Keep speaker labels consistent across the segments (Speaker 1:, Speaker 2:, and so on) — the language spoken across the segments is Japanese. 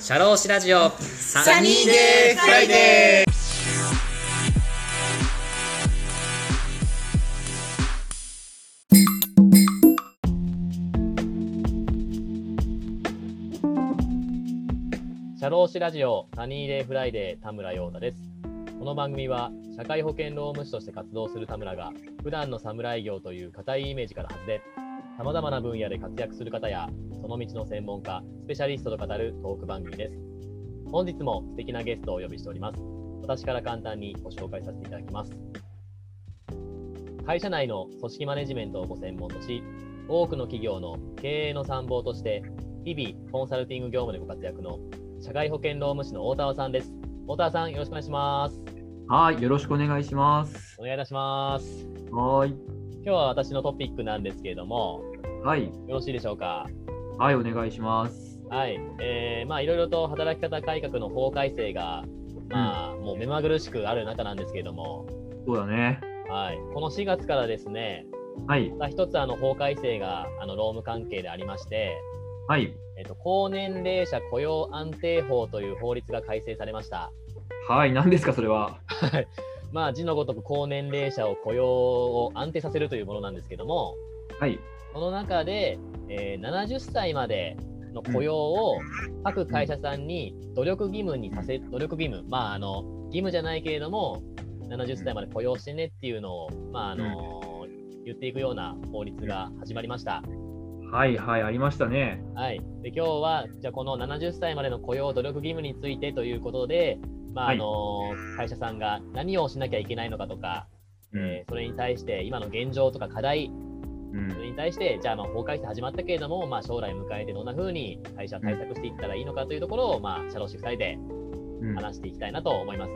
Speaker 1: シャローシラジオサ
Speaker 2: ニーデーフライデ
Speaker 1: ーシャローシラジオサニーデーフライデー田村陽太ですこの番組は社会保険労務士として活動する田村が普段の侍業という固いイメージから外れさまざまな分野で活躍する方やその道の専門家、スペシャリストと語るトーク番組です。本日も素敵なゲストをお呼びしております。私から簡単にご紹介させていただきます。会社内の組織マネジメントをご専門とし、多くの企業の経営の参謀として、日々コンサルティング業務でご活躍の社会保険労務士の大田さんです。大田さん、よろしくお願いします。
Speaker 2: はい、よろしくお願いします。
Speaker 1: お願いいたします。
Speaker 2: はーい。
Speaker 1: 今日は私のトピックなんですけれども、
Speaker 2: はい、
Speaker 1: よろしいでしょうか。
Speaker 2: はい、お願いします。
Speaker 1: はい、えーまあいろいろと働き方改革の法改正が、まあ、もう目まぐるしくある中なんですけれども、
Speaker 2: そうだね。
Speaker 1: はい、この4月からですね、
Speaker 2: はい、
Speaker 1: まあ、一つあの法改正があの労務関係でありまして、
Speaker 2: はい、
Speaker 1: えっと、高年齢者雇用安定法という法律が改正されました。
Speaker 2: はい、何ですか、それは。
Speaker 1: まあ、字のごとく高年齢者を雇用を安定させるというものなんですけども、
Speaker 2: はい、
Speaker 1: この中で、えー70歳までの雇用を各会社さんに努力義務にさせ、努力義務、まあ、あの義務じゃないけれども、70歳まで雇用してねっていうのを、まああの言っていくような法律が始まりました。
Speaker 2: はい、はい、ありましたね。
Speaker 1: はい、で今日は、じゃあこの70歳までの雇用努力義務についてということで、まああの会社さんが何をしなきゃいけないのかとか、えーそれに対して今の現状とか課題
Speaker 2: う
Speaker 1: それ
Speaker 2: ん、
Speaker 1: に対して、じゃあ、まあ法改正始まったけれども、まあ、将来迎えてどんな風に会社は対策していったらいいのかというところを、まあ、社労士2人で
Speaker 2: うん、
Speaker 1: 話していきたいなと思います。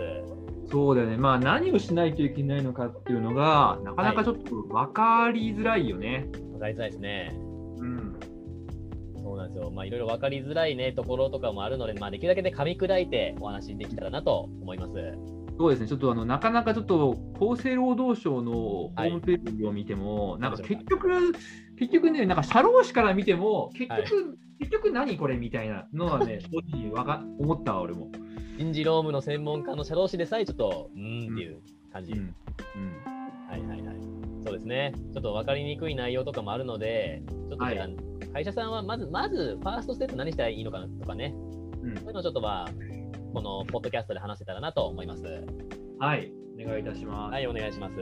Speaker 2: そうだよね。まあ、何をしないといけないのかっていうのが、なかなかちょっと分かりづらいよね。
Speaker 1: わかりづらいですね。
Speaker 2: うん、
Speaker 1: そうなんですよ。まあ、いろいろ分かりづらいね、ところとかもあるので、まあ、できるだけで噛み砕いてお話しできたらなと思います。
Speaker 2: そうですね。ちょっとあのなかなかちょっと厚生労働省のホームページを見ても、なんか結局結局ねなんか社労士から見ても結局、
Speaker 1: はい
Speaker 2: 結局何これみたいなのは ね正直わか思ったわ俺も。
Speaker 1: 人事労務の専門家の社労士でさえ、ちょっと、うーんっていう感
Speaker 2: う
Speaker 1: じ。
Speaker 2: んうん
Speaker 1: はいはいはい。そうですね。ちょっと分かりにくい内容とかもあるので、ちょっとじゃあ、
Speaker 2: は
Speaker 1: 会社さんはまず、まず、ファーストステップ何したらいいのかなとかね、
Speaker 2: うん
Speaker 1: そういうのをちょっとまあ、このポッドキャストで話せたらなと思います。
Speaker 2: はいお願いいたしま
Speaker 1: はい、お願いします。
Speaker 2: す。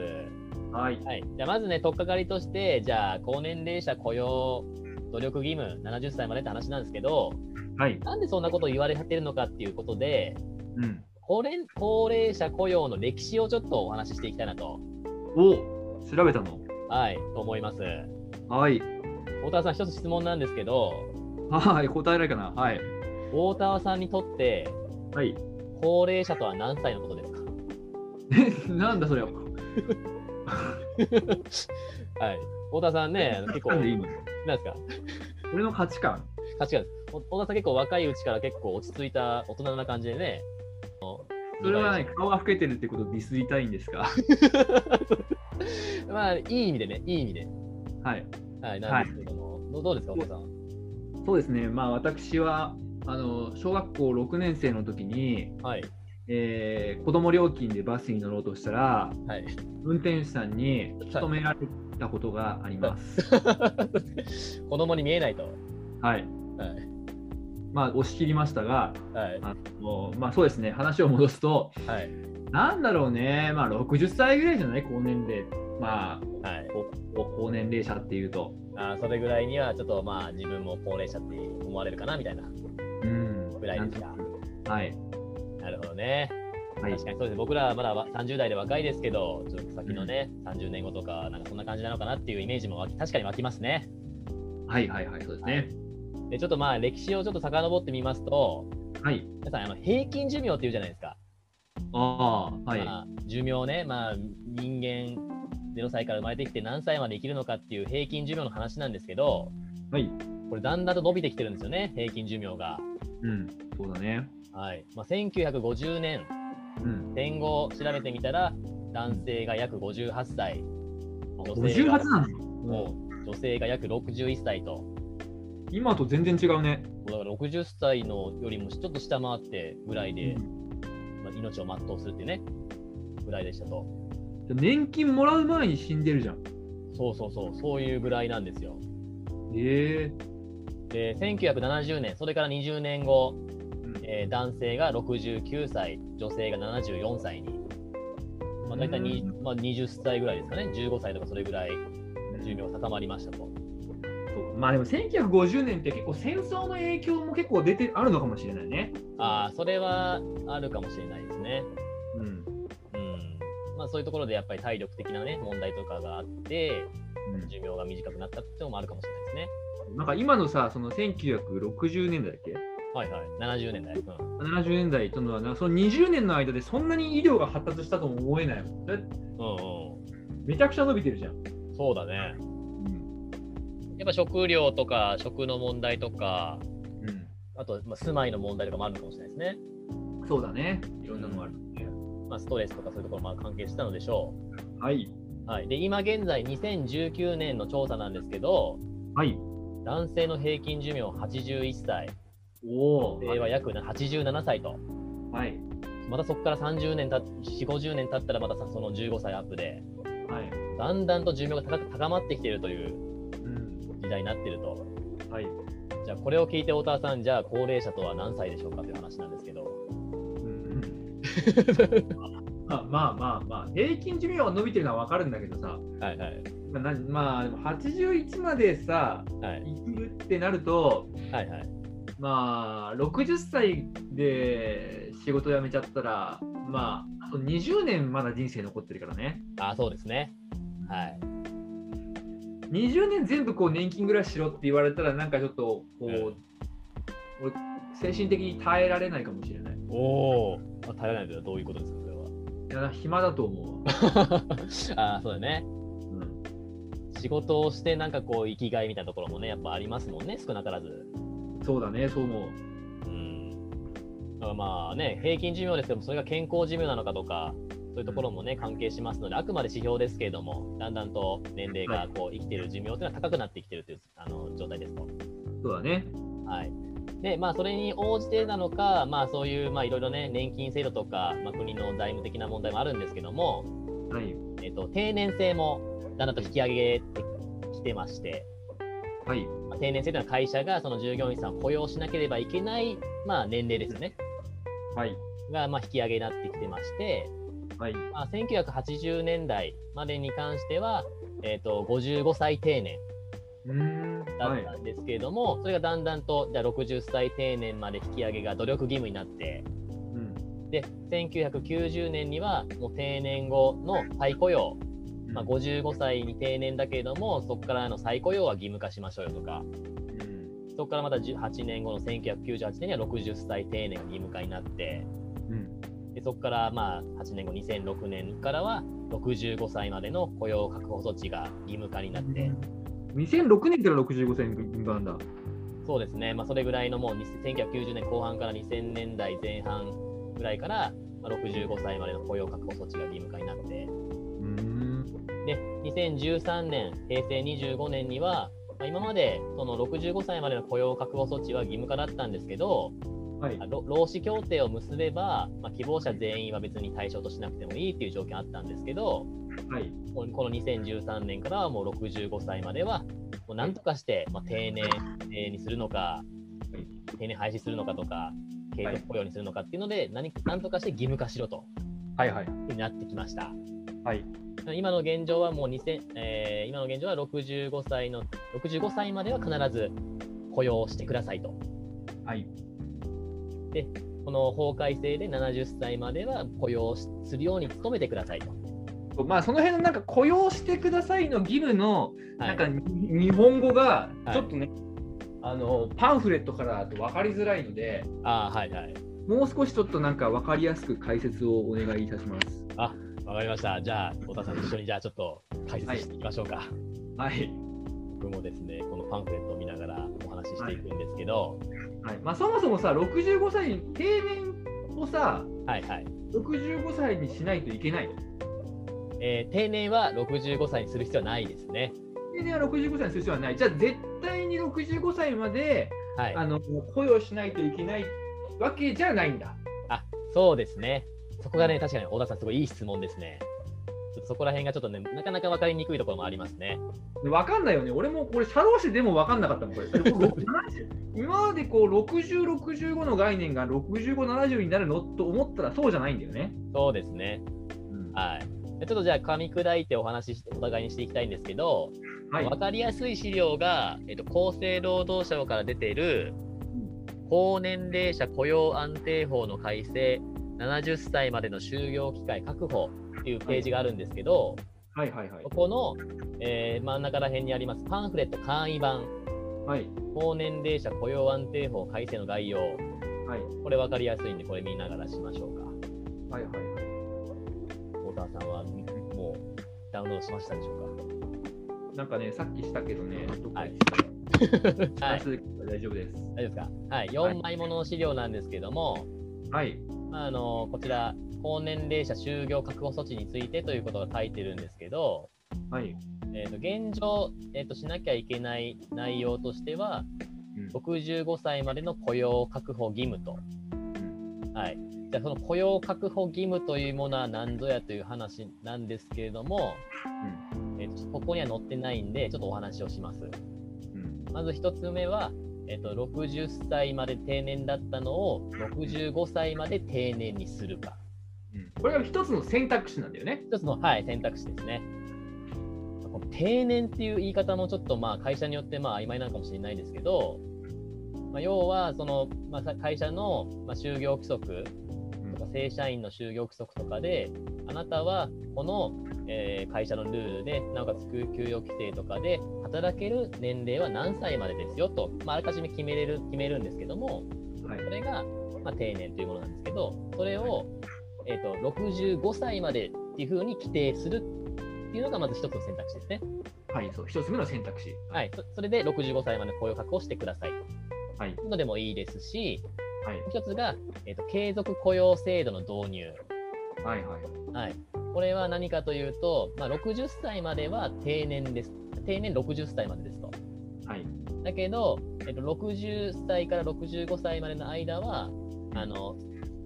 Speaker 2: はい
Speaker 1: はい、じゃあまずね、取っかかりとして、じゃあ、高年齢者雇用努力義務、70歳までって話なんですけど、
Speaker 2: はい
Speaker 1: なんでそんなことを言われてるのかっていうことで、
Speaker 2: うん。
Speaker 1: 高齢高齢者雇用の歴史をちょっとお話ししていきたいなと、
Speaker 2: お調べたの。
Speaker 1: はい、と思います。
Speaker 2: はい
Speaker 1: 太田さん、一つ質問なんですけど、
Speaker 2: はい答えられるかなはい
Speaker 1: 太田さんにとって、
Speaker 2: はい。
Speaker 1: 高齢者とは何歳のことですか
Speaker 2: えなんだそれは。
Speaker 1: はい。太田さんね、結構、
Speaker 2: な
Speaker 1: なん
Speaker 2: んでいい
Speaker 1: です
Speaker 2: の？
Speaker 1: か
Speaker 2: 俺の価値観。
Speaker 1: 価値観です。お小田さん結構若いうちから結構落ち着いた大人な感じでね。
Speaker 2: それは何顔が老けてるってことをディスりたいんで すか？
Speaker 1: まあ、いい意味でね、いい意味で。
Speaker 2: はい。
Speaker 1: はい、なんですけども、どどうですか、
Speaker 2: うん
Speaker 1: 太田さん。
Speaker 2: そうですね、まあ、私はあの小学校6年生の時に、
Speaker 1: はい、
Speaker 2: えー子供料金でバスに乗ろうとしたら、
Speaker 1: はい。
Speaker 2: 運転手さんに止められたことがあります。
Speaker 1: 子供に見えないと。
Speaker 2: はい
Speaker 1: はい、
Speaker 2: まあ、押し切りましたが、
Speaker 1: はい、
Speaker 2: あのまあ、そうですね、話を戻すと、
Speaker 1: はい、
Speaker 2: なんだろうね、まあ、60歳ぐらいじゃない、高年齢、まあ、
Speaker 1: はい。
Speaker 2: ここ高年齢者っていうと。
Speaker 1: あーそれぐらいには、ちょっとまあ、自分も高齢者って思われるかなみたいな。
Speaker 2: うん
Speaker 1: ぐらいですか
Speaker 2: なんとなくはい、
Speaker 1: なるほどね。
Speaker 2: はい
Speaker 1: 確かにそうですね。僕らはまだわ30代で若いですけど、ちょっと先のね、30年後とか、なんかそんな感じなのかなっていうイメージもわ確かに湧きますね。
Speaker 2: はい、はい、はい、そうですね。
Speaker 1: で、ちょっとまあ、歴史をちょっと遡ってみますと、
Speaker 2: はい、
Speaker 1: 皆さん、あの平均寿命っていうじゃないですか。
Speaker 2: ああ、はい、
Speaker 1: まあ、寿命ね、まあ、人間0歳から生まれてきて何歳まで生きるのかっていう平均寿命の話なんですけど、
Speaker 2: はい、
Speaker 1: これ、だんだんと伸びてきてるんですよね、平均寿命が。
Speaker 2: うん、そうだね。
Speaker 1: はいまあ、1950年、
Speaker 2: うん
Speaker 1: 戦後を調べてみたら、男性が約58歳、女性
Speaker 2: 58
Speaker 1: が
Speaker 2: なの、
Speaker 1: もう女性が約61歳と、
Speaker 2: 今と全然違うね。
Speaker 1: だから60歳のよりもちょっと下回ってぐらいで、まあ、命を全うするっていうね、ぐらいでしたと。
Speaker 2: 年金もらう前に死んでるじゃん。
Speaker 1: そうそうそう、そういうぐらいなんですよ。
Speaker 2: え
Speaker 1: で、1970年、それから20年後、
Speaker 2: うん
Speaker 1: えー男性が69歳、女性が74歳に、まあ、大体に、まあ、20歳ぐらいですかね、15歳とかそれぐらい寿命定まりましたと。
Speaker 2: そうまあでも1950年って結構戦争の影響も結構出てあるのかもしれないね。
Speaker 1: ああ、それはあるかもしれないですね。
Speaker 2: うん。
Speaker 1: うん。まあそういうところでやっぱり体力的なね、問題とかがあって、寿命が短くなったっていうのもあるかもしれないですね。
Speaker 2: うん、なんか今のさ、その1960年代だっけ
Speaker 1: はいはい。70年代。うん。
Speaker 2: ?70 年代とのはな、その20年の間でそんなに医療が発達したとも思えないもん。だって
Speaker 1: うん
Speaker 2: めちゃくちゃ伸びてるじゃん。
Speaker 1: うん。そうだね。やっぱ食料とか食の問題とか、
Speaker 2: う
Speaker 1: あと、まあ、住まいの問題とかもあるのかもしれないですね。
Speaker 2: ん。そうだね。いろんなのがある、
Speaker 1: まあ、ストレスとかそういうところもまあ関係してたのでしょ
Speaker 2: はい。
Speaker 1: う。はい、で今現在、2019年の調査なんですけど、
Speaker 2: はい。
Speaker 1: 男性の平均寿命81歳、
Speaker 2: おお。
Speaker 1: 女性は約87歳と、
Speaker 2: はい。
Speaker 1: またそこから30年たっ、4 50年経ったら、またさその15歳アップで、
Speaker 2: はい。
Speaker 1: だんだんと寿命が高く高まってきているという
Speaker 2: うん。
Speaker 1: 時代になっていると、
Speaker 2: はい。
Speaker 1: じゃあ、これを聞いて、太田さん、じゃあ、高齢者とは何歳でしょうかという話なんですけど、
Speaker 2: うん。 まあまあまあまあ、平均寿命は伸びてるのはわかるんだけどさ、
Speaker 1: はいはい、
Speaker 2: まあ、なまあでも81までさ、
Speaker 1: はい、
Speaker 2: 生きるってなると、
Speaker 1: はい、はい、
Speaker 2: まあ、60歳で仕事辞めちゃったら、まあ、あと20年まだ人生残ってるからね。
Speaker 1: あそうですね、はい、
Speaker 2: 20年全部こう年金暮らししろって言われたら、なんかちょっとこう、
Speaker 1: うん
Speaker 2: 俺精神的に耐えられないかもしれない。
Speaker 1: おお、まあ、耐えられないというのはどういうことですか、それは。
Speaker 2: いや暇だと思うわ。
Speaker 1: あーそうだね。
Speaker 2: うん
Speaker 1: 仕事をして、なんかこう、生きがいみたいなところもね、やっぱありますもんね、少なからず。
Speaker 2: そうだね、そう思う。
Speaker 1: うん。だからまあね、平均寿命ですけども、それが健康寿命なのかとか、そういうところもね、関係しますので、あくまで指標ですけれども、だんだんと年齢がこう生きてる寿命というのは高くなってきてるというあの状態ですと。
Speaker 2: そうだね。
Speaker 1: はい。で、まあ、それに応じてなのか、まあ、そういう、まあ、いろいろね、年金制度とか、まあ、国の財務的な問題もあるんですけども、
Speaker 2: はい。
Speaker 1: えっと定年制もだんだんと引き上げてきてまして、
Speaker 2: はい。
Speaker 1: まあ、定年制というのは会社がその従業員さんを雇用しなければいけない、まあ、年齢ですよね、
Speaker 2: はい。
Speaker 1: が、まあ、引き上げになってきてまして、
Speaker 2: はい。
Speaker 1: まあ、1980年代までに関しては、えっと55歳定年
Speaker 2: うーん。
Speaker 1: だ
Speaker 2: は
Speaker 1: っ
Speaker 2: い
Speaker 1: た。んですけれども、それがだんだんとじゃあ60歳定年まで引き上げが努力義務になって、
Speaker 2: うん。
Speaker 1: で1990年にはもう定年後の再雇用、まあ、55歳に定年だけれども、そこからの再雇用は義務化しましょうよとか、
Speaker 2: うん
Speaker 1: そこからまた8年後の1998年には60歳定年が義務化になって、
Speaker 2: うん。
Speaker 1: でそこからまあ8年後、2006年からは65歳までの雇用確保措置が義務化になって、
Speaker 2: 2006年から65歳分なんだ。
Speaker 1: そうですね、まあ、それぐらいのもう1990年後半から2000年代前半ぐらいから、まあ65歳までの雇用確保措置が義務化になって、
Speaker 2: うん。
Speaker 1: で2013年、平成25年には、まあ、今までその65歳までの雇用確保措置は義務化だったんですけど、
Speaker 2: はい。
Speaker 1: あろ労使協定を結べば、まあ、希望者全員は別に対象としなくてもいいっていう条件あったんですけど、
Speaker 2: はい。
Speaker 1: このこの2013年からはもう65歳までは、もうなんとかして、まあ、定年えーにするのか、定年廃止するのかとか、継続雇用にするのかっていうので、何なんとかして義務化しろと
Speaker 2: はい。はい。
Speaker 1: いうふうになってきました。
Speaker 2: はい。
Speaker 1: 今の現状はもう2000、えー今の現状は65歳の65歳までは必ず雇用をしてくださいと。
Speaker 2: はい。
Speaker 1: この法改正で70歳までは雇用をしするように努めてくださいと。
Speaker 2: まあ、その辺のなんか雇用してくださいの義務の、
Speaker 1: は
Speaker 2: なん
Speaker 1: い
Speaker 2: かに日本語が
Speaker 1: はい
Speaker 2: ちょっとね、あのパンフレットからだと分かりづらいので、
Speaker 1: あーはいはい。
Speaker 2: もう少しちょっとなんか分かりやすく解説をお願いいたします。
Speaker 1: わかりました。じゃあ、太田さん一緒にじゃあちょっと解説していきましょうか。
Speaker 2: はい。
Speaker 1: 僕もですね、このパンフレットを見ながらお話ししていくんですけど、
Speaker 2: はい。まあ、そもそもさ、65歳定年をさ、
Speaker 1: はい、はい、
Speaker 2: 65歳にしないといけない。
Speaker 1: えー定年は65歳にする必要はないですね。
Speaker 2: 定年は65歳にする必要はない。じゃあ絶対に65歳まで
Speaker 1: はい
Speaker 2: あの雇用しないといけないわけじゃないんだ。
Speaker 1: あそうですね。そこがね、確かに小田さん、すごいいい質問ですね。ちょっとそこら辺がちょっとね、なかなか分かりにくいところもありますね。
Speaker 2: わかんないよね。俺もこれ、社労士でもわかんなかった もん、これ。今までこう60、65の概念が65、70になるのと思ったらそうじゃないんだよね。
Speaker 1: そうですね。
Speaker 2: うん
Speaker 1: はい。でちょっとじゃあ、噛み砕いてお話しして、お互いにしていきたいんですけど、
Speaker 2: はい
Speaker 1: 分かりやすい資料が、えっと、厚生労働省から出ている高年齢者雇用安定法の改正70歳までの就業機会確保っていうページがあるんですけど、
Speaker 2: はいはいはい
Speaker 1: こ。この、えー真ん中ら辺にありますパンフレット簡易版
Speaker 2: はい
Speaker 1: 高年齢者雇用安定法改正の概要
Speaker 2: はい
Speaker 1: これ分かりやすいんでこれ見ながらしましょうか
Speaker 2: はいはいはい。
Speaker 1: 大田さんはみもうダウンロードしましたでしょ
Speaker 2: なんかね、さっきしたけどね、どっか
Speaker 1: はい
Speaker 2: で
Speaker 1: うか、はい、
Speaker 2: 出す大丈夫です。
Speaker 1: 大丈夫ですか、はい、4枚もの資料なんですけども、
Speaker 2: はい。
Speaker 1: まあ、あのこちら、高年齢者就業確保措置についてということが書いてるんですけど、
Speaker 2: はい。
Speaker 1: えー、と現状、えーと、しなきゃいけない内容としては、
Speaker 2: うん
Speaker 1: 65歳までの雇用確保義務と、はい、じゃあその雇用確保義務というものは何ぞやという話なんですけれども、えー、とここには載ってないんで、ちょっとお話をします。
Speaker 2: うん
Speaker 1: まず1つ目は、えー、と60歳まで定年だったのを65歳まで定年にするか。
Speaker 2: うんこれが一つの選択肢なんだよね。
Speaker 1: 一つの、はい、選択肢ですね。この定年っていう言い方もちょっとまあ会社によってまあ曖昧なのかもしれないですけど、まあ、要はその、まあさ、会社のまあ就業規則とか正社員の就業規則とかであなたはこの、えー会社のルールでなおかつ給給与規定とかで働ける年齢は何歳までですよと、まあ、あらかじめ決めれる決めるんですけども、
Speaker 2: はい
Speaker 1: それが、まあ、定年というものなんですけど、それを、えー、と65歳までっていうふうに規定するっていうのがまず一つの選択肢ですね。
Speaker 2: はい、そう、一つ目の選択肢。
Speaker 1: はい、そそれで65歳まで雇用確保してください
Speaker 2: はい
Speaker 1: というのでもいいですし、
Speaker 2: はい
Speaker 1: もう一つが、えー、と継続雇用制度の導入。
Speaker 2: はいはい。
Speaker 1: はい、これは何かというと、まあ、60歳までは定年です。定年60歳までですと。
Speaker 2: はい。
Speaker 1: だけど、えっと、60歳から65歳までの間は、あの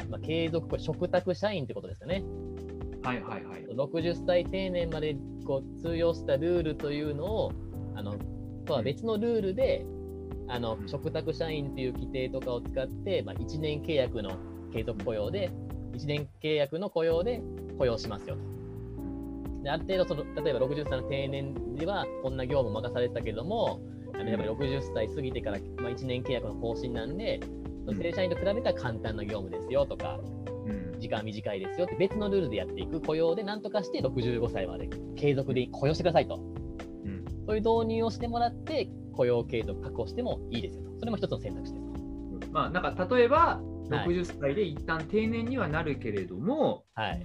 Speaker 1: まあ、継続、これ、嘱託社員ってことですかね。
Speaker 2: はいはいはい。
Speaker 1: 60歳定年までこう通用したルールというのを、あのとは別のルールで、あの
Speaker 2: うん
Speaker 1: 嘱託社員という規定とかを使って、まあ、1年契約の継続雇用で、1年契約の雇用で雇用しますよと。である程度その、例えば60歳の定年では、こんな業務を任されてたけれども、あのやっぱり60歳過ぎてから、まあ、1年契約の更新なんで、
Speaker 2: うん
Speaker 1: 正社員と比べたら簡単な業務ですよとか、
Speaker 2: うん
Speaker 1: 時間は短いですよって別のルールでやっていく雇用でなんとかして65歳まで継続で雇用してくださいと、
Speaker 2: うん
Speaker 1: そういう導入をしてもらって雇用継続確保してもいいですよとそれも一つの選択肢ですと
Speaker 2: まあ、なんか例えば、
Speaker 1: はい
Speaker 2: 60歳で一旦定年にはなるけれども、
Speaker 1: はい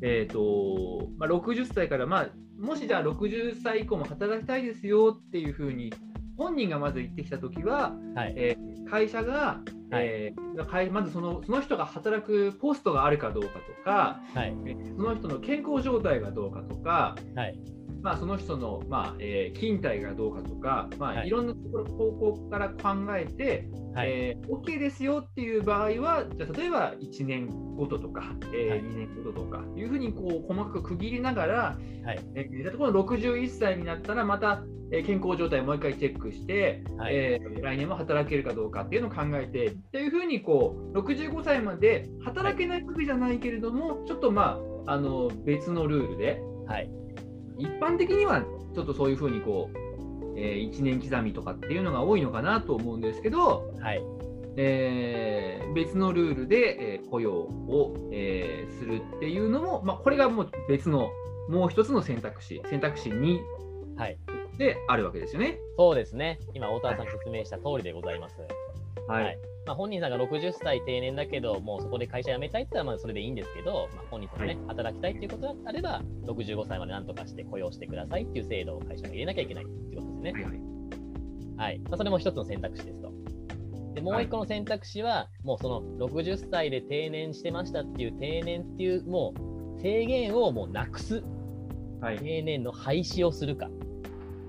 Speaker 2: えーとまあ、60歳から、まあ、もしじゃあ60歳以降も働きたいですよっていうふうに本人がまず言ってきたときは、
Speaker 1: はい
Speaker 2: えー会社が、
Speaker 1: はい
Speaker 2: えー会まずそのその人が働くポストがあるかどうかとか、
Speaker 1: はい
Speaker 2: えーその人の健康状態がどうかとか、
Speaker 1: はい
Speaker 2: まあ、その人の、まあえー勤怠がどうかとか、まあ
Speaker 1: はい
Speaker 2: い、ろんなところ方向から考えて、
Speaker 1: はい
Speaker 2: えー OK ですよっていう場合は、じゃあ例えば1年ごととか、えー
Speaker 1: はい
Speaker 2: 2年ごととかいうふうにこう細かく区切りながら、
Speaker 1: はい
Speaker 2: えーだってこの61歳になったら、また、えー健康状態をもう一回チェックして、
Speaker 1: はい
Speaker 2: えー来年も働けるかどうかっていうのを考えてっていうふうにこう65歳まで働けないわけじゃないけれども、ちょっとまああの別のルールで
Speaker 1: はい
Speaker 2: 一般的にはちょっとそういうふうにこう、え1年刻みとかっていうのが多いのかなと思うんですけど、
Speaker 1: はい
Speaker 2: えー別のルールで、えー雇用を、えーするっていうのも、まあ、これがもう別のもう一つの選択肢選択肢2
Speaker 1: はい
Speaker 2: であるわけですよね。
Speaker 1: そうですね今大田さん説明した通りでございます、はいまあ、本人さんが60歳定年だけどもうそこで会社辞めたいって言ったらまあそれでいいんですけど、まあ、本人さんがね、働きたいっていうことであれば65歳まで何とかして雇用してくださいっていう制度を会社が入れなきゃいけないっていうことですね
Speaker 2: はいはい
Speaker 1: はいまあ、それも一つの選択肢ですと。でもう一個の選択肢は、もうその60歳で定年してましたっていう定年っていうもう制限をもうなくす
Speaker 2: はい
Speaker 1: 定年の廃止をするか。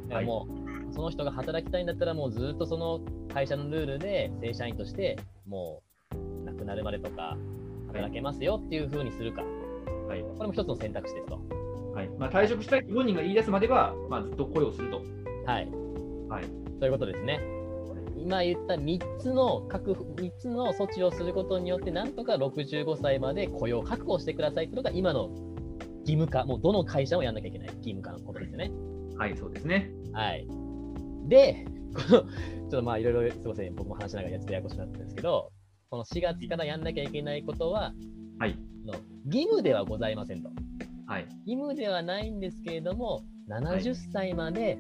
Speaker 1: だからもう、その人が働きたいんだったらもうずっとその会社のルールで正社員としてもう亡くなるまでとか働けますよっていうふうにするか、
Speaker 2: はい
Speaker 1: これも一つの選択肢ですと。
Speaker 2: はいまあ、退職したいと本人が言い出すまでは、まあ、ずっと声をすると。
Speaker 1: はい、
Speaker 2: はい
Speaker 1: ということですね。今言った3つの確3つの措置をすることによって、なんとか65歳まで雇用を確保してくださいというのが今の義務化、もうどの会社もやんなきゃいけない義務化のことですよね。
Speaker 2: はい、そうですね。
Speaker 1: はい、で、このちょっとまあいろいろすみません、僕も話しながらやつでややこしくなったんですけど、この4月からやんなきゃいけないことは、
Speaker 2: はい。
Speaker 1: の義務ではございませんと。
Speaker 2: はい。
Speaker 1: 義務ではないんですけれども、70歳まで、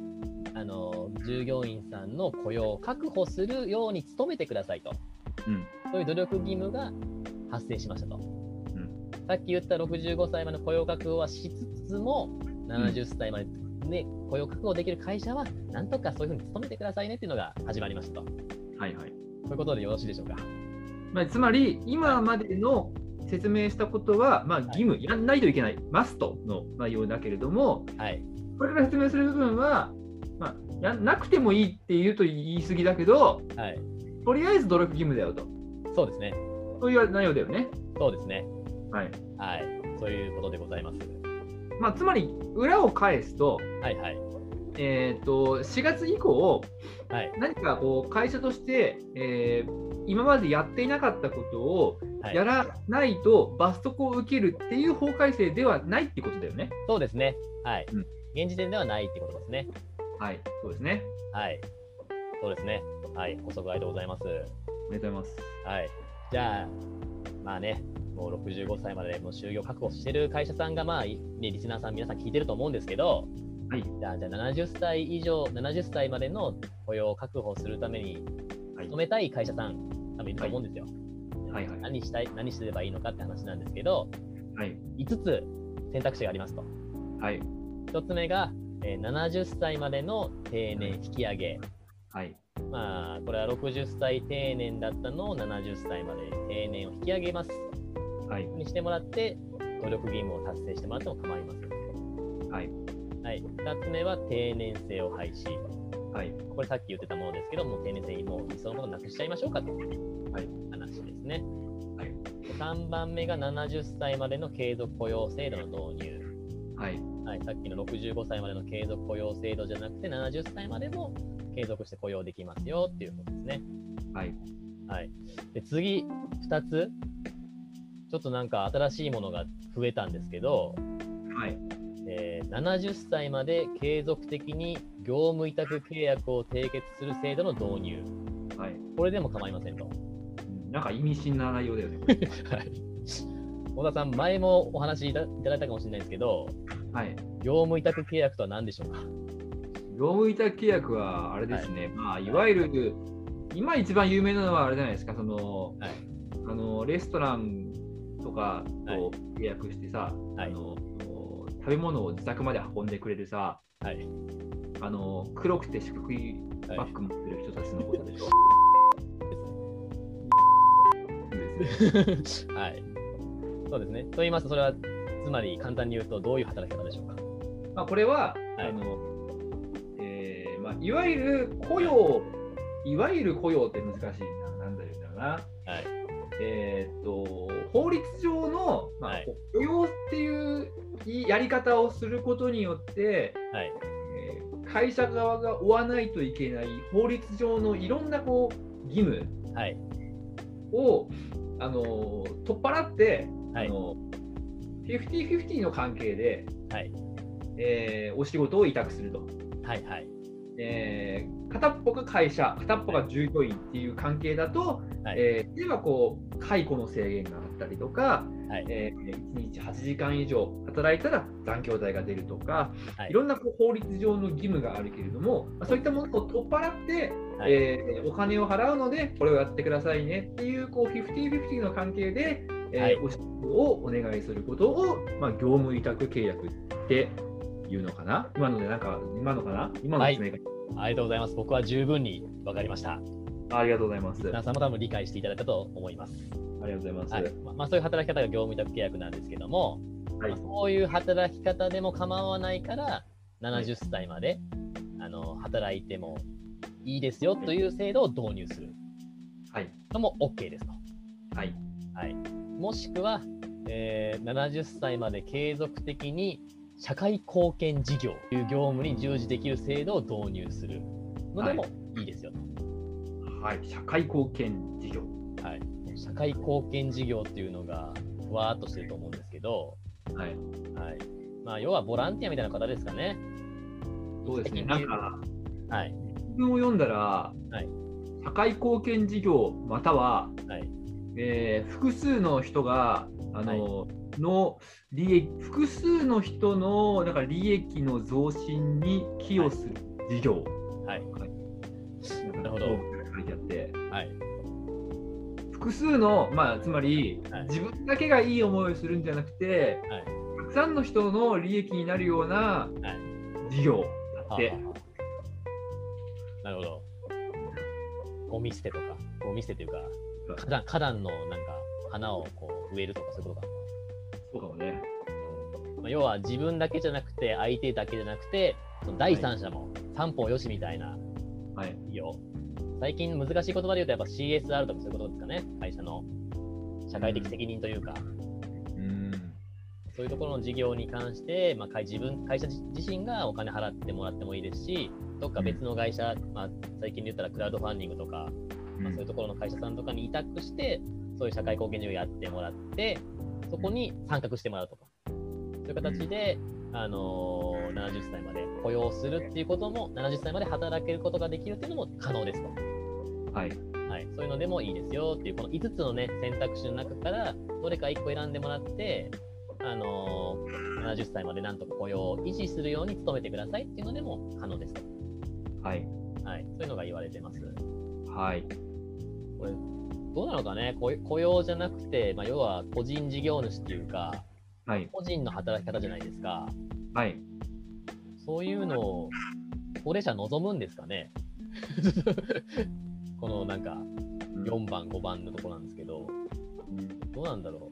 Speaker 1: あの従業員さんの雇用を確保するように努めてくださいと、
Speaker 2: うん
Speaker 1: そういう努力義務が発生しましたと。
Speaker 2: ん
Speaker 1: さっき言った65歳までの雇用確保はしつつも、70歳まで、ね、雇用確保できる会社は、なんとかそういうふうに努めてくださいねっていうのが始まりましたと。
Speaker 2: はい、はい。
Speaker 1: そういうことでよろしいでしょうか。
Speaker 2: まあ、つまり、今までの説明したことは、まあ、義務、やんないといけない、マストの内容だけれども、
Speaker 1: はい、
Speaker 2: これから説明する部分は、まあ、やんなくてもいいって言うと言い過ぎだけど、
Speaker 1: はい、
Speaker 2: とりあえず努力義務だよと。
Speaker 1: そうですね、
Speaker 2: そういう内容だよね。
Speaker 1: そうですね、
Speaker 2: はい。
Speaker 1: はい、そういうことでございます。
Speaker 2: まあ、つまり、裏を返すと、
Speaker 1: はいはい、
Speaker 2: えー、と4月以降、
Speaker 1: はい、
Speaker 2: 何かこう会社として、えー今までやっていなかったことを
Speaker 1: はい
Speaker 2: やらないと罰則を受けるっていう法改正ではないってことだよね。
Speaker 1: そうですね。はい。
Speaker 2: うん
Speaker 1: 現時点ではないってことですね。
Speaker 2: はい、そうですね。
Speaker 1: はい。そうですね。はい。ご足ありがとうございます。
Speaker 2: おめでとうございます。
Speaker 1: はい。じゃあ、まあね、もう65歳までもう就業確保してる会社さんが、まあ、いね、リスナーさん、皆さん聞いてると思うんですけど、
Speaker 2: はい
Speaker 1: じゃあ、じゃあ70歳以上、70歳までの雇用を確保するために、
Speaker 2: はい
Speaker 1: 勤めたい会社さん、多分いると思うんですよ。
Speaker 2: はいはい
Speaker 1: 何したい、何すればいいのかって話なんですけど、
Speaker 2: はい
Speaker 1: 5つ選択肢がありますと。
Speaker 2: はい
Speaker 1: 1つ目が、えー70歳までの定年引き上げ、
Speaker 2: はい
Speaker 1: まあ、これは60歳定年だったのを70歳まで定年を引き上げます
Speaker 2: はい
Speaker 1: にしてもらって努力義務を達成してもらっても構いません。
Speaker 2: はい
Speaker 1: はい、2つ目は定年制を廃止。
Speaker 2: はい
Speaker 1: これさっき言ってたものですけど、もう定年制にもういっそのことなくしちゃいましょうかという
Speaker 2: はい
Speaker 1: 話ですね。
Speaker 2: はい
Speaker 1: 3番目が70歳までの継続雇用制度の導入。
Speaker 2: はい
Speaker 1: はい、さっきの65歳までの継続雇用制度じゃなくて、70歳までも継続して雇用できますよっていうことですね。
Speaker 2: はい
Speaker 1: はい、で次、2つ、ちょっとなんか新しいものが増えたんですけど、
Speaker 2: はい
Speaker 1: えー70歳まで継続的に業務委託契約を締結する制度の導入、
Speaker 2: はい
Speaker 1: これでも構いませんと。
Speaker 2: うんなんか意味深な内容だよね。これ
Speaker 1: はい小田さん、前もお話しいたいただいたかもしれないですけど、
Speaker 2: はい
Speaker 1: 業務委託契約とは何でしょうか。
Speaker 2: 業務委託契約はあれですね、まあ、いわゆる、今一番有名なのはあれじゃないですか、その
Speaker 1: はい
Speaker 2: あのレストランとか
Speaker 1: は
Speaker 2: と契約してさ、
Speaker 1: はい
Speaker 2: あの食べ物を自宅まで運んでくれるさ、
Speaker 1: はい
Speaker 2: あの黒くて四角い
Speaker 1: はい
Speaker 2: バッグ持ってる人たちのことで しょ。ですね
Speaker 1: はい。そうですね。と言いますと、それは、つまり簡単に言うと、どういう働き方でしょうか。
Speaker 2: まあ、これは、
Speaker 1: はい
Speaker 2: あのえーまあ、いわゆる雇用、いわゆる雇用って難しいな、なんだよな。
Speaker 1: はい。
Speaker 2: えー、と法律上の、まあ
Speaker 1: はい
Speaker 2: 雇用っていうやり方をすることによって、
Speaker 1: はい。
Speaker 2: えー会社側が負わないといけない法律上のいろんなこう義務
Speaker 1: はい。
Speaker 2: を、あのー取っ払って、
Speaker 1: はい
Speaker 2: あの50-50の関係で、
Speaker 1: はい。
Speaker 2: えーお仕事を委託すると、
Speaker 1: はい。はい。
Speaker 2: えー片っぽが会社片っぽが従業員っていう関係だと、
Speaker 1: はい
Speaker 2: えー例えばこう解雇の制限があったりとか、
Speaker 1: はい。
Speaker 2: えー1日8時間以上働いたら残業代が出るとか、
Speaker 1: はい
Speaker 2: い、ろんなこう法律上の義務があるけれども、まあそういったものを取っ払って、
Speaker 1: はい
Speaker 2: えーお金を払うので、これをやってくださいねっていうこう50-50の関係で、えー
Speaker 1: はい
Speaker 2: お仕事をお願いすることを、まあ、業務委託契約っていうのかな、今のでなんか、今のかな、今の説明が、
Speaker 1: ありがとうございます。僕は十分に分かりました。
Speaker 2: ありがとうございます。あり
Speaker 1: 皆さんも多分理解していただいたと思います。
Speaker 2: がとうございます。
Speaker 1: はい。ままあ、そういう働き方が業務委託契約なんですけども、
Speaker 2: はい
Speaker 1: まあそういう働き方でも構わないから、70歳まで、あの働いてもいいですよという制度を導入する
Speaker 2: はい。
Speaker 1: のも OK ですと。
Speaker 2: はい。
Speaker 1: はい、もしくは、えー70歳まで継続的に社会貢献事業という業務に従事できる制度を導入するのでもいいですよと。
Speaker 2: はい。社会貢献事業。
Speaker 1: はい、社会貢献事業っていうのがふわーっとしてると思うんですけど、
Speaker 2: は
Speaker 1: は
Speaker 2: い。
Speaker 1: いまあ、要はボランティアみたいな方ですかね。
Speaker 2: そうですね。なんか、
Speaker 1: はい
Speaker 2: 自分を読んだら、
Speaker 1: はい
Speaker 2: 社会貢献事業、または、
Speaker 1: はい
Speaker 2: えー複数の人が、あの、の利益複数の人のだから利益の増進に寄与する事業、
Speaker 1: はい
Speaker 2: な
Speaker 1: るほど
Speaker 2: 書いてあって
Speaker 1: はい
Speaker 2: 複数の、まあ、つまり、
Speaker 1: はい
Speaker 2: 自分だけがいい思いをするんじゃなくて、
Speaker 1: はい
Speaker 2: たくさんの人の利益になるような
Speaker 1: はい
Speaker 2: 事業だっ
Speaker 1: は
Speaker 2: て、
Speaker 1: あはあはあなるほど。ゴミ捨てとか、ゴミ捨てというか、花壇花壇のなんか花をこう植えるとかそういうことか。
Speaker 2: そうかもね。
Speaker 1: まあ要は自分だけじゃなくて、相手だけじゃなくて、その第三者も三方よしみたいな
Speaker 2: はい、
Speaker 1: 企業。最近難しい言葉で言うと、やっぱ CSR とかそういうことですかね。会社の社会的責任というか、
Speaker 2: うん
Speaker 1: そういうところの事業に関して、まあ、会自分会社自身がお金払ってもらってもいいですし、どっか別の会社、まあ、最近で言ったらクラウドファンディングとか、まあ、そういうところの会社さんとかに委託して、そういう社会貢献事業をやってもらって、そこに参画してもらうとか、そういう形で、あのー70歳まで雇用するっていうことも、70歳まで働けることができるっていうのも可能ですと。
Speaker 2: はい、
Speaker 1: はい、そういうのでもいいですよっていう、この5つの、ね、選択肢の中から、どれか1個選んでもらって、あのー70歳までなんとか雇用を維持するように努めてくださいっていうのでも可能ですと。
Speaker 2: はい、
Speaker 1: はい、そういうのが言われてます。
Speaker 2: はい、
Speaker 1: これ、どうなのかね、雇雇用じゃなくて、まあ、要は個人事業主っていうか、
Speaker 2: はい、
Speaker 1: 個人の働き方じゃないですか。
Speaker 2: はい。
Speaker 1: そういうのを、高齢者望むんですかね。 このなんか、4番、5番のとこなんですけど。どうなんだろ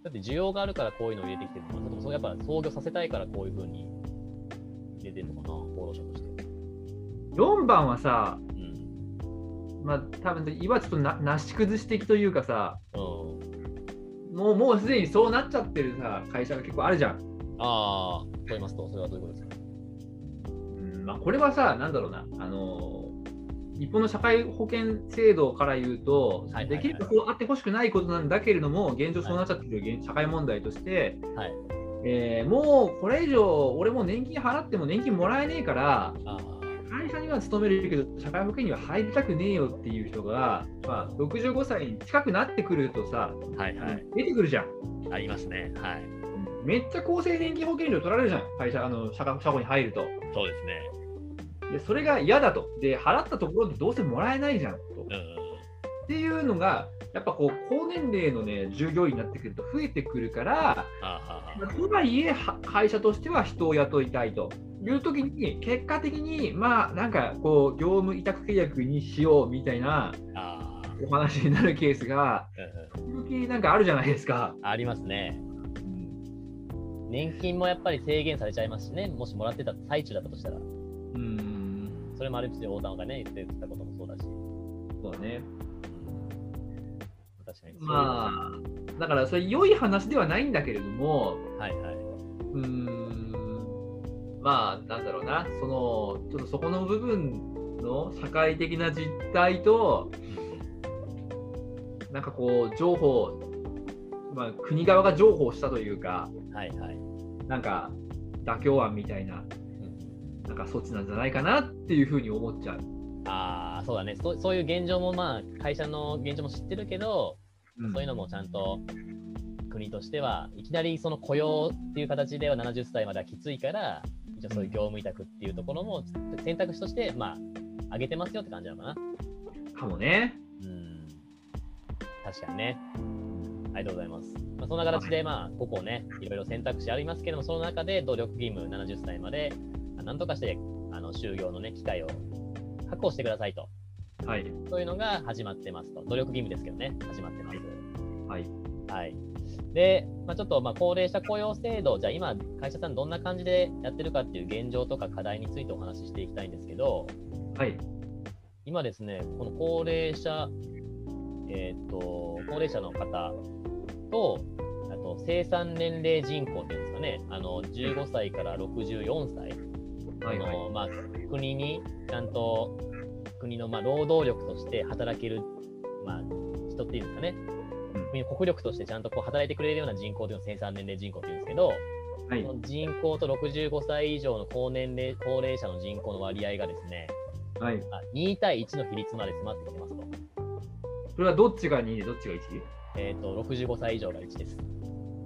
Speaker 1: う。だって需要があるからこういうのを入れてきてるのかな、それともそうやっぱ創業させたいからこういうふうに入れてるのかな、厚労省として。
Speaker 2: 4番はさ、
Speaker 1: うん。
Speaker 2: まあ、多分いわゆるちょっとななし崩し的というかさ
Speaker 1: うん、
Speaker 2: もうもうすでにそうなっちゃってるさ会社が結構あるじゃん、
Speaker 1: ああ、と言いますと、それはどういうことですか。
Speaker 2: うんまあ、これはさなんだろうなあのー日本の社会保険制度から言うと、
Speaker 1: はいはいはい
Speaker 2: できればそうあってほしくないことなんだけれども、現状そうなっちゃってる現社会問題として、
Speaker 1: はい
Speaker 2: えーもうこれ以上、俺もう年金払っても年金もらえねえから、
Speaker 1: ああ、
Speaker 2: 会社には勤めるけど社会保険には入りたくねえよっていう人が、まあ、65歳に近くなってくるとさ、
Speaker 1: はいはい、
Speaker 2: 出てくるじゃん
Speaker 1: ありますね。はい。
Speaker 2: めっちゃ厚生年金保険料取られるじゃん会社あの社会社保に入ると
Speaker 1: そうですね。
Speaker 2: でそれが嫌だとで払ったところでどうせもらえないじゃんとっていうのがやっぱこう高年齢のね従業員になってくると増えてくるから
Speaker 1: あ
Speaker 2: まあとはいえは会社としては人を雇いたいという時に結果的にまあなんかこう業務委託契約にしようみたいな
Speaker 1: あ、ああ、
Speaker 2: お話になるケースが、時々なんかあるじゃないですか。
Speaker 1: ありますね。年金もやっぱり制限されちゃいますしね、もしもらってた最中だったとしたら、
Speaker 2: うん、
Speaker 1: それもあるし、横断がね、言ってたこともそうだし、
Speaker 2: そうだね。
Speaker 1: 確かにそういうの
Speaker 2: まあ、だからそれ、良い話ではないんだけれども、
Speaker 1: はいはい。
Speaker 2: うん、まあ、なんだろうな、その、ちょっとそこの部分の社会的な実態と、なんかこう、情報、まあ、国側が譲歩したというか、
Speaker 1: はいはい。
Speaker 2: なんか、妥協案みたいな、なんか措置なんじゃないかなっていうふうに思っちゃう。
Speaker 1: ああ、そうだねそ。そういう現状も、まあ、会社の現状も知ってるけど、
Speaker 2: うん
Speaker 1: そういうのもちゃんと国としては、いきなりその雇用っていう形では70歳まではきついから、一応そういう業務委託っていうところも選択肢として、まあ、上げてますよって感じなのかな。
Speaker 2: かもね。
Speaker 1: うん。確かにね。ありがとうございます。まあ、そんな形で、まあ、ここね、いろいろ選択肢ありますけども、その中で努力義務70歳まで、あなんとかして、あの、就業のね、機会を確保してくださいと。
Speaker 2: はい。
Speaker 1: そういうのが始まってますと。努力義務ですけどね、始まってます。
Speaker 2: はい。
Speaker 1: はい。で、まあ、ちょっとまあ高齢者雇用制度、じゃあ今、会社さんどんな感じでやってるかっていう現状とか課題についてお話ししていきたいんですけど、
Speaker 2: はい。
Speaker 1: 今ですね、この高齢者、えっ、と、高齢者の方と、あと生産年齢人口っていうんですかね、あの15歳から64歳、
Speaker 2: はいは
Speaker 1: あ
Speaker 2: い
Speaker 1: のまあ、国にちゃんと国のまあ労働力として働ける、まあ、人っていうんですかね、
Speaker 2: うん
Speaker 1: 国の国力としてちゃんとこう働いてくれるような人口というのを生産年齢人口っていうんですけど、
Speaker 2: はい
Speaker 1: その人口と65歳以上の高年齢高齢者の人口の割合がですね、
Speaker 2: はい。
Speaker 1: あ2対1の比率まで迫ってきてますと。
Speaker 2: それはどっちが2でどっちが 1?
Speaker 1: えー、と65歳以上が1です。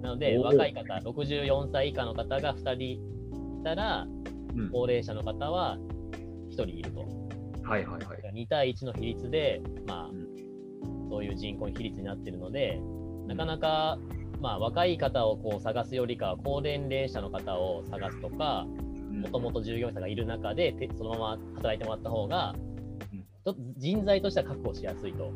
Speaker 1: なので、
Speaker 2: おー
Speaker 1: 若い方、64歳以下の方が2人いたら、
Speaker 2: うん。
Speaker 1: 高齢者の方は1人いると。
Speaker 2: はいはいはい。
Speaker 1: 2対1の比率で、まあ
Speaker 2: うん、
Speaker 1: そういう人口比率になってるので、なかなか、まあ、若い方をこう探すよりかは、高年齢者の方を探すとか、もともと従業員さんがいる中で、てそのまま働いてもらった方が
Speaker 2: うん、
Speaker 1: ちょっと人材としては確保しやすいと。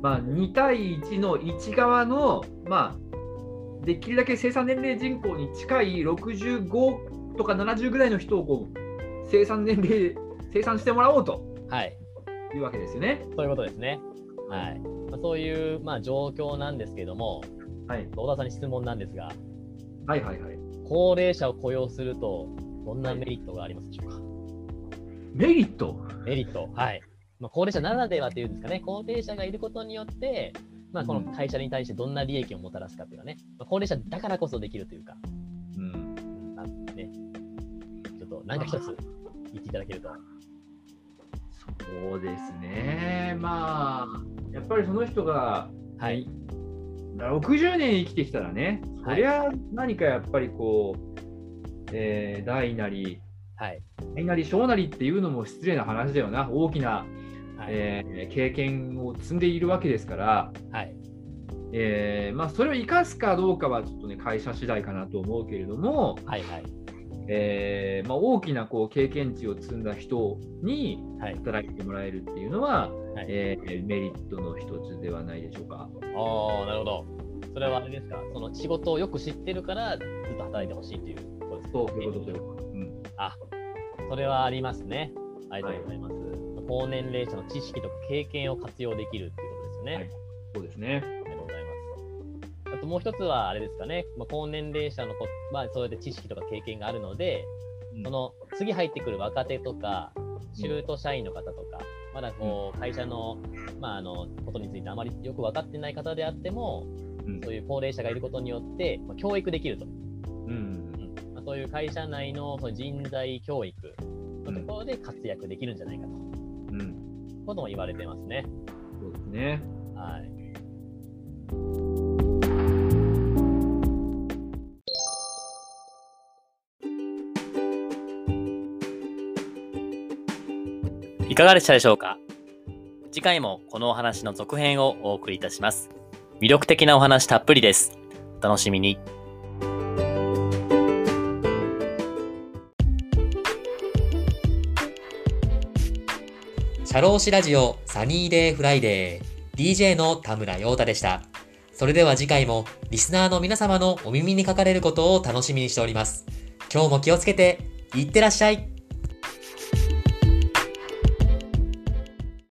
Speaker 2: まあ、2対1の1側の、まあ、できるだけ生産年齢人口に近い65とか70ぐらいの人をこう生産年齢生産してもらおうと
Speaker 1: はい、
Speaker 2: いうわけですよね。
Speaker 1: そういうことですね。はいまあ、そういう、まあ、状況なんですけども、
Speaker 2: はい、
Speaker 1: 小田さんに質問なんですが、
Speaker 2: はい、はいはい。
Speaker 1: 高齢者を雇用すると、どんなメリットがありますでしょうか。
Speaker 2: メリット。
Speaker 1: メリット、はいまあ、高齢者ならではというんですかね、高齢者がいることによって、まあ、この会社に対してどんな利益をもたらすかというかね、まあ、高齢者だからこそできるというか、
Speaker 2: うん、
Speaker 1: うんなんね、ちょっと何か一つ言っていただけると。
Speaker 2: そうですね。まあ、やっぱりその人が
Speaker 1: はい、
Speaker 2: 60年生きてきたらね、
Speaker 1: はい
Speaker 2: そりゃ何かやっぱりこう、えー大なり、
Speaker 1: はい、
Speaker 2: 大なり小なりっていうのも失礼な話だよな大きな、
Speaker 1: はい、
Speaker 2: えー経験を積んでいるわけですから、
Speaker 1: はい、
Speaker 2: えーまあ、それを生かすかどうかはちょっと、ね、会社次第かなと思うけれども、
Speaker 1: はい、はい、
Speaker 2: えーまあ、大きなこう経験値を積んだ人に
Speaker 1: はい
Speaker 2: 働いてもらえるっていうのは、
Speaker 1: はい
Speaker 2: えーメリットの一つではないでしょうか。
Speaker 1: ああ、なるほど。それはあれですか、その仕事をよく知ってるから、ずっと働いてほしいということですか
Speaker 2: そういうことということうん
Speaker 1: あそれはありますね。ありがとうございます。高年齢者の知識とか経験を活用できるっていうことですよね。
Speaker 2: はいそうですね。
Speaker 1: ありがとうございます。あともう一つは、あれですかね、まあ、高年齢者の子は、そうやって知識とか経験があるので、
Speaker 2: うん
Speaker 1: その次入ってくる若手とか、中途社員の方とか、まだこう会社の,、まああのことについてあまりよく分かってない方であっても、
Speaker 2: うん
Speaker 1: そういう高齢者がいることによって、まあ、教育できると、
Speaker 2: うん
Speaker 1: まあ、そういう会社内のその人材教育のところで活躍できるんじゃないかと、
Speaker 2: うん、
Speaker 1: ことも言われてますね。
Speaker 2: そうですね。
Speaker 1: はい
Speaker 3: いかがでしたでしょうか次回もこのお話の続編をお送りいたします。魅力的なお話たっぷりです。お楽しみに。
Speaker 4: シャローシラジオサニーデイフライデー DJ の田村陽太でした。それでは次回もリスナーの皆様のお耳にかかれることを楽しみにしております。今日も気をつけて、いってらっしゃい